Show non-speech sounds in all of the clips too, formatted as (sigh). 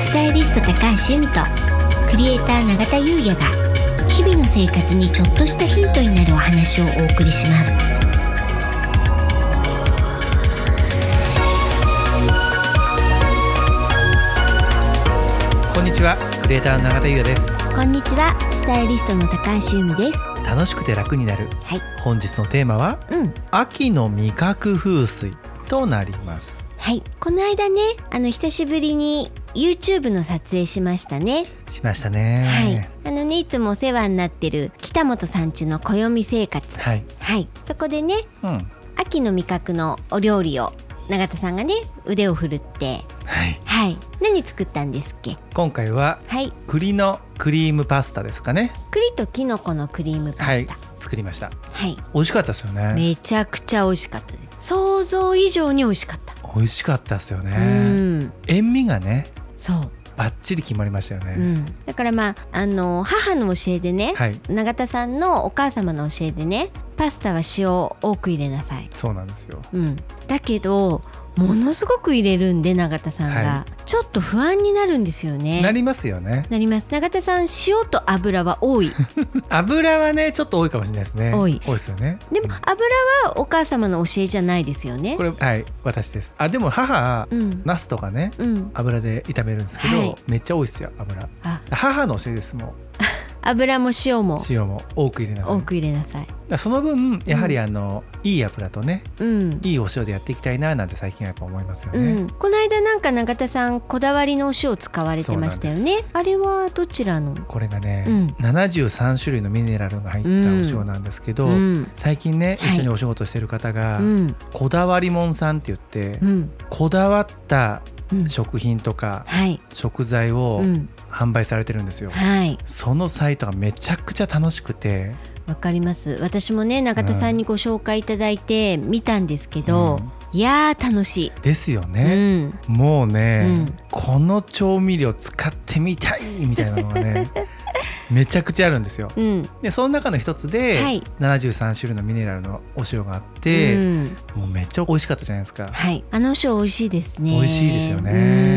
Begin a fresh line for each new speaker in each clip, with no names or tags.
スタイリスト高橋由美とクリエイター永田優也が日々の生活にちょっとしたヒントになるお話をお送りします
こんにちはクリエイターの永田優也です
こんにちはスタイリストの高橋由美です
楽しくて楽になる
はい
本日のテーマは
うん
秋の味覚風水となります
はいこの間ねあの久しぶりに YouTube の撮影しましたね
しました
はい
ね、
あのねいつもお世話になってる北本さんちの暦生活
はい、
はいそこでね
うん
秋の味覚のお料理を永田さんがね腕を振るって
はい
はい何作ったんですっけ
今回は
はい
栗のクリームパスタですかね
栗とキノコのクリームパ
は
ス
い
タは
作りました
い、
美味しかったですよね
めちゃくちゃ美味しかったです想像以上に美味しかった、
美味しかったですよね
うん
塩味がね
そう、
バッチリ決まりましたよ
う
ね、
ん、だからまああの母の教えでね、
はい
永田さんのお母様の教えでねパスタは塩を多く入れなさい、
そうなんですよ
うん、だけどものすごく入れるんで永田さんが、
は
ちょっと不安になるんですよね
なります
(laughs)
よね
なります永田さん塩と油は多い
油はねちょっと多いかもしれないですね
多い
多いですよね
でも
うん
油はお母様の教えじゃないですよね
これはい私ですあでも母、
うん
ナスとかね
うん
油で炒めるんですけど、
はい
めっちゃ多いですよ油
あ
母の教えですもう
油も塩も
塩も多く入れなさい
多く入れなさい。
だからその分やはりあの、いい油とね
うん。
いいお塩でやっていきたいななんて最近はやっぱ思いますよ
う
ね、
ん、この間なんか永田さんこだわりのお塩を使われてましたよ
そうなん
ね
です
あれはどちらの
これがね、
うん
73種類のミネラルが入ったお塩なんですけど、
うん
最近ね
はい
一緒にお仕事してる方が、
うん
こだわりもんさんって言って、
うん
こだわった
うん
食品とか
はい
食材を
うん
販売されてるんですよ、
はい
そのサイトがめちゃくちゃ楽しくて、
わかります私もね永田さんにご紹介いただいて見たんですけど、
うん
いやー楽しい、
ですよ
う
ね、
ん、
もうね、
うん
この調味料使ってみたいみたいなのが
(laughs)
ねめちゃくちゃあるんですよ
うん
でその中の一つで、
はい
73種類のミネラルのお塩があっ
う
て、
ん、
もうめっちゃ美味しかったじゃないですか、
はいあのお塩美味しいですね
美味しいですよね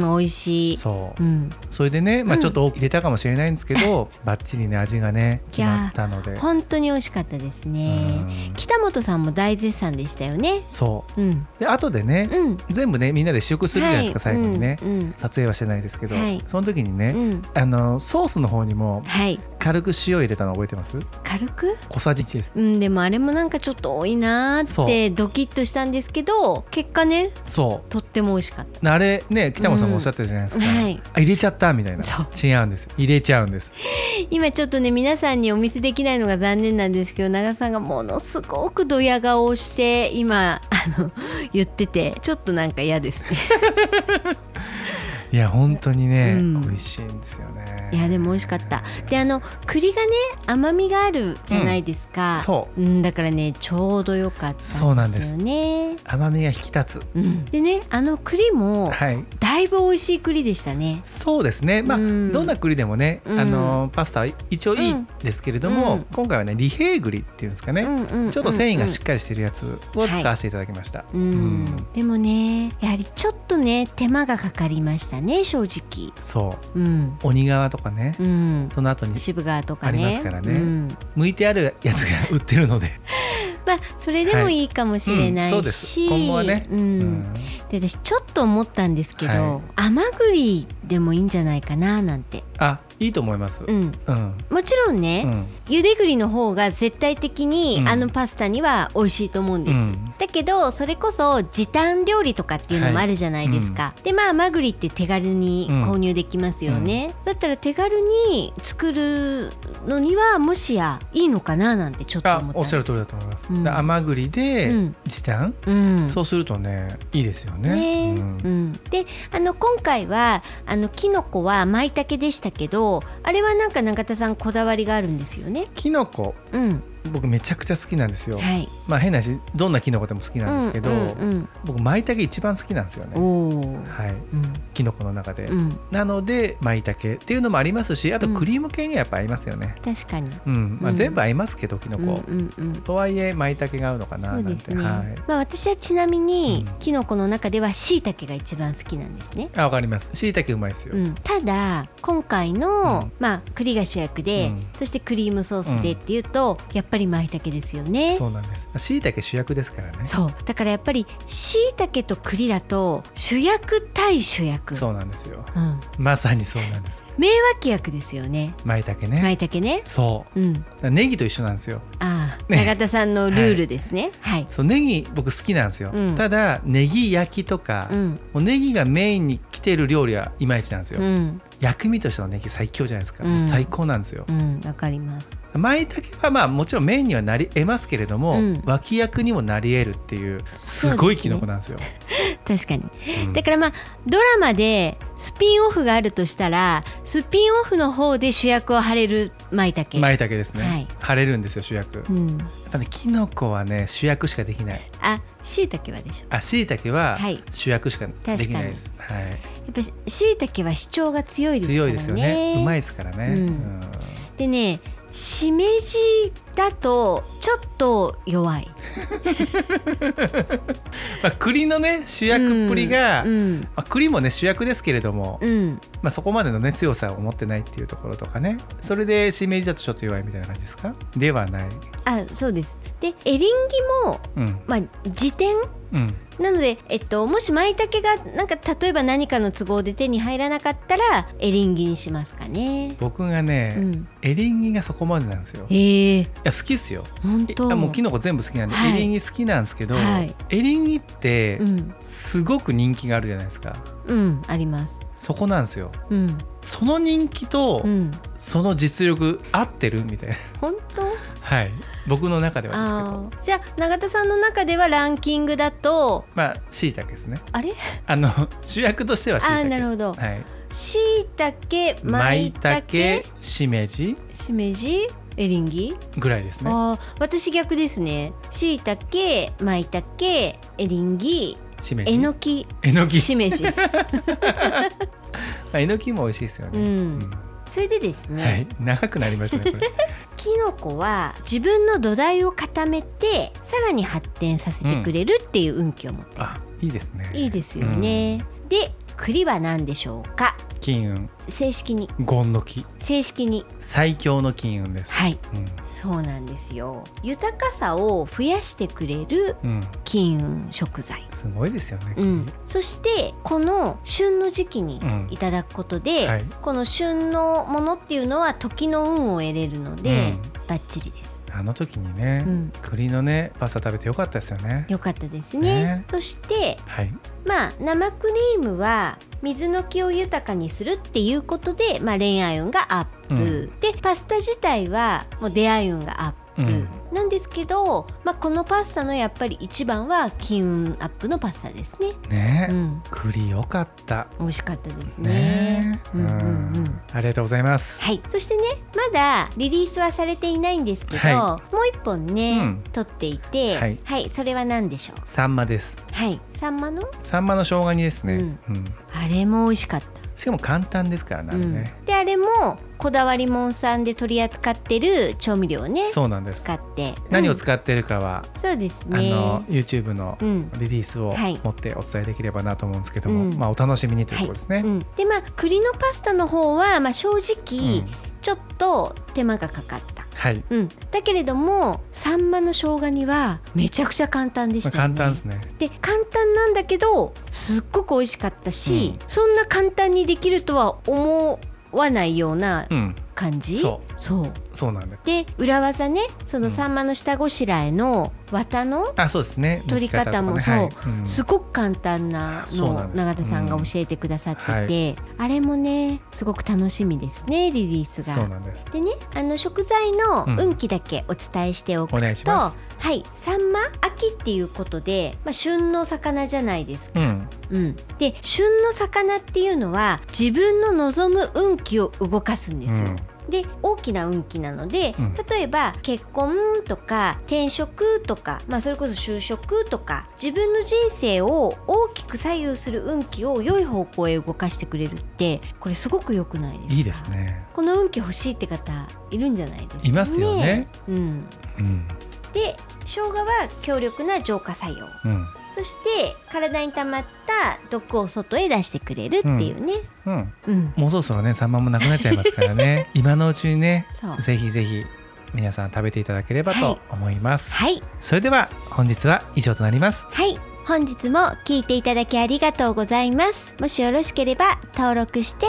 うん美味しい
そう
うん
それでね、ま
う
あ、
ん
ちょっと多く入れたかもしれないんですけ
(laughs)
ど、バッチリね味がね決まったので、
本当に美味しかったです
う
ね
ん
北本さんも大絶賛でしたよね
そう
うん
で後でね、
うん
全部ねみんなで試食するじゃないですか、
は
最後にね、
うんうん
撮影はしてないですけど、
はい
その時にね、
うん
あのソースの方にも
はい
軽く塩入れたの覚えてます
軽く
小さじ1です
うんでもあれもなんかちょっと多いなー
そ
って
う
ドキッとしたんですけど結果ね
そ
とっても美味しかっ
うあれね北本さんもおっしゃったじゃないですか、
うんはい
あ入れちゃったみたいな
そう
違うんです入れちゃうんです
た今ちょっとね皆さんにお見せできないのが残念なんですけど長さんがものすごくドヤ顔をして今あの言っててちょっとなんか嫌ですね
いや本当にね、
うん
美味しいんですよね
いやでも美味しかったであの栗がね甘みがあるじゃないですか、うん、
そう
だからねちょうど良かったんです
そうなんです
よね
甘みが引き立つ
うんでねあの栗も
はい
だいぶ美味しい栗でしたね。
そうですねまあ、
うん
どんな栗でもね、
うん
あのパスタは一応いいんですけれども、
うん
今回はね利平栗っていうんですかね、ちょっと繊維がしっかりしてるやつを使わせていただきました、
うん、
うん
でもねやはりちょっとね手間がかかりましたね正直。
そう
うん、
鬼側とかね、
うん、
その後に
渋川とかね。
ありますからね
うん、
剥いてあるやつが売ってるので、
まあそれでもいいかもしれな
はいうんそう
い
です
し、
今後はね
う
うん
んで私ちょっと思ったんですけど、
は
甘栗でもいいんじゃないかななんて。
あいいと思います
う。ん、
うん、
もちろんね
う、ん、
ゆで栗の方が絶対的に、
うん
あのパスタには美味しいと思うんです、
うん
だけどそれこそ時短料理とかっていうのもあるじゃないですか、でまあマグリって手軽に購入できますよね、だったら手軽に作るのにはもしやいいのかななんてちょっと思ったんで
あ
す
おっしゃる通りだと思います。
うん
だから甘栗で
うん
時短、
うん
そうするとねいいですよね。
ね
う、
うんん、であの今回はあのキノコは舞茸でしたけどあれはなんか永田さんこだわりがあるんですよね。
きのこ
うん、
僕めちゃくちゃ好きなんですよ、
はい。
まあ変な話どんなキノコでも好きなんですけど、
うんうん
僕舞茸一番好きなんですよ
うん、おお。
ねはい
うん
キノコの中で、
うん、
なので舞茸っていうのもありますしあと
うん
クリーム系にはやっぱ合いますよね、
確かに。
うんまあ、
うん
全部合いますけどキノ
う
コ、
んうんうん。
とはいえ舞茸が合うのかな
そ
な
うん
て、
ですね。
はい
まあ私はちなみに、
うん
キノコの中では椎茸が一番好きなんですね。
あわかりますしいたけうまいですよ、
うん、ただ今回の、
うん
まあ栗が主役で、
うん
そしてクリームソースでっていうと、やっぱり舞茸ですよね。
そうなんですしいたけ主役ですからね
そうだからやっぱり椎茸と栗だと主役対主役
そうなんですよ
うん、
まさにそうなんです
名脇役ですよね
舞茸ね、
舞茸ね
そ
うん
うネギと一緒なんですよ
ああ
ね
永田さんのルールですねはい、
そうネギ僕好きなんですよ、
うん
ただネギ焼きとか、
うん
もうネギがメインに来てる料理はいまいちなんですよ、
うん
薬味としてのネギ最強じゃないですか、
うん
もう最高なんですよ
うんわかります
舞茸はまあもちろんメインにはなり得ますけれども、
うん
脇役にもなり得るっていうすごいキノコなん
(laughs)
ですよ。
確かに
うん
だからまあドラマでスピンオフがあるとしたらスピンオフの方で主役を張れる舞茸、
舞茸ですね、
はい
晴れるんですよ主役、
う
や
ん、
っぱねキノコはね主役しかできない
あ椎茸はでしょ
あしいたけは
はい
主役しかできないです、はい
やっぱし椎茸は主張が強いですから
強
ね
いですよねうまいですからね、
うん
うん
でねしめじだとちょっと弱い
まあ、栗のね主役っぷりが、
うん
まあ、栗もね主役ですけれども、
うん
まあ、そこまでのね強さを持ってないっていうところとかねそれでしめじだとちょっと弱いみたいな感じですかではない
あそうですでエリンギも、
うん
まあ、辞典
うん
なので、えっと、もし舞茸がなんか例えば何かの都合で手に入らなかったらエリンギにしますかね。
僕がね、
うん、
エリンギがそこまでなんですよい
ええ
や好きっすよ
本
い
当
やもうキノコ全部好きなんで、
はい
エリンギ好きなんですけど、
はい
エリンギって
うん、
すごく人気があるじゃないですか
うん、あります。
そこなんですよ
うん、
その人気と
うん、
その実力合ってるみたいな
本当。
はい僕の中ではですけど
あーじゃあ、永田さんの中ではランキングだと、
まあしいたけですね
あれ、
あの (laughs) 主役としてはしい
あ
た
ー、
け
なるほど。
はい
しいたけ、まい
舞
たけ
茸、しめじ
しめじ、エリンギ。
ぐらいですね
ああ、私逆ですね。しいたけ、まいたけ、エリンギ、
しめじ
えのき、
えのき
しめ
(laughs)
じ。
まあえのきも美味しいですよね、
うんそれでですね、
はい長くなりましたねこれ
(laughs) キノコは自分の土台を固めてさらに発展させてくれるっていう運気を持ってま
あいいですね
す、いいですよね、で栗は何でしょうか
うん金運
正式に
ゴンの木
正式に
最強の金運です、
はい
うん
そうなんですよ豊かさを増やしてくれる
うん、
金運食材
すごいですよね、
うん、そしてこの旬の時期に
うん
いただくことで、
はい
この旬のものっていうのは時の運を得れるので、
うん
バッチリです、
あの時にね、
うん、
栗のねパスタ食べてよかったですよね
よかったですね
ね
そして
はい
まあ生クリームは水の気を豊かにするっていうことで、まあ、恋愛運がアップ、
うん
でパスタ自体はもう出会い運がアップ、
うん
なんですけど、まあ、このパスタのやっぱり一番は金運アップのパスタですね、
ね、
うん、
栗よかった
美味しかったですね
ね、
うんうんうん
うんありがとうございます、
はい、そしてねまだリリースはされていないんですけど、
は
もう一本ね、
うん
撮っていて、は
はいい、
それは何でしょう
サンマです
はいサンマの
サンマの生姜煮ですね、
う
うんん
あれも美味しかった
しかも簡単ですからねあれね、
うん、であれもこだわりもんさんで取り扱ってる調味料をね
そうなんです
使って
何を
う
使ってるかは、
んそうです
あ
ね
の YouTube の
うん
リリースを
はい
持ってお伝えできればなと思うんですけども、
うん
まあお楽しみにとい
は
うこ
い
とですね、
うん、でまあ栗のパスタの方は、まあ、正直、
うん
ちょっと手間がかかった、
はい、
うん、だけれどもサンマの生姜煮はめちゃくちゃ簡単でし
まあ、
たよ
簡
ね。
単ですね
で簡単なんだけどすっごく美味しかったし、
う
そんな簡単にできるとは思わないような
うん
感じ、
そ
そう
そうなんです
で裏技ねその
うん
サンマの下ごしらえの綿の
あそうですね
取り方も
抜きとかねはいうん
すごく簡単な
そう
のを
なんです
永田さんが教えてくださってて、あれもねすごく楽しみですねリリース
そう
が。
なんです
でねあの食材の
うん
運気だけお伝えしておく
お願いし
と、
ます
はいサンマ秋っていうことで、まあ、旬の魚じゃないですか。
うん
うん、で旬の魚っていうのは自分の望む運気を動かすんですよ。
うん
で大きな運気なので、
うん
例えば結婚とか転職とか、まあ、それこそ就職とか自分の人生を大きく左右する運気を良い方向へ動かしてくれるってこれすごく良くないですか
いいですね
この運気欲しいって方いるんじゃないですか、ね、
いますよね
うん、
うん
で生姜は強力な浄化作用
うん
そして体に溜まった毒を外へ出してくれるっていうね、
うん
うん
もうそろそろねサンマもなくなっちゃいますから (laughs) ね今のうちにね
そう
ぜひぜひ皆さん食べていただければ
は
と
い
思います、
はい
それでは本日は以上となります
はい本日も聞いていただきありがとうございますもしよろしければ登録して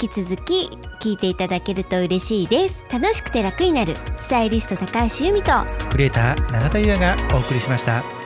引き続き聞いていただけると嬉しいです楽しくて楽になるスタイリスト高橋由美と
クリエイター永田優也がお送りしました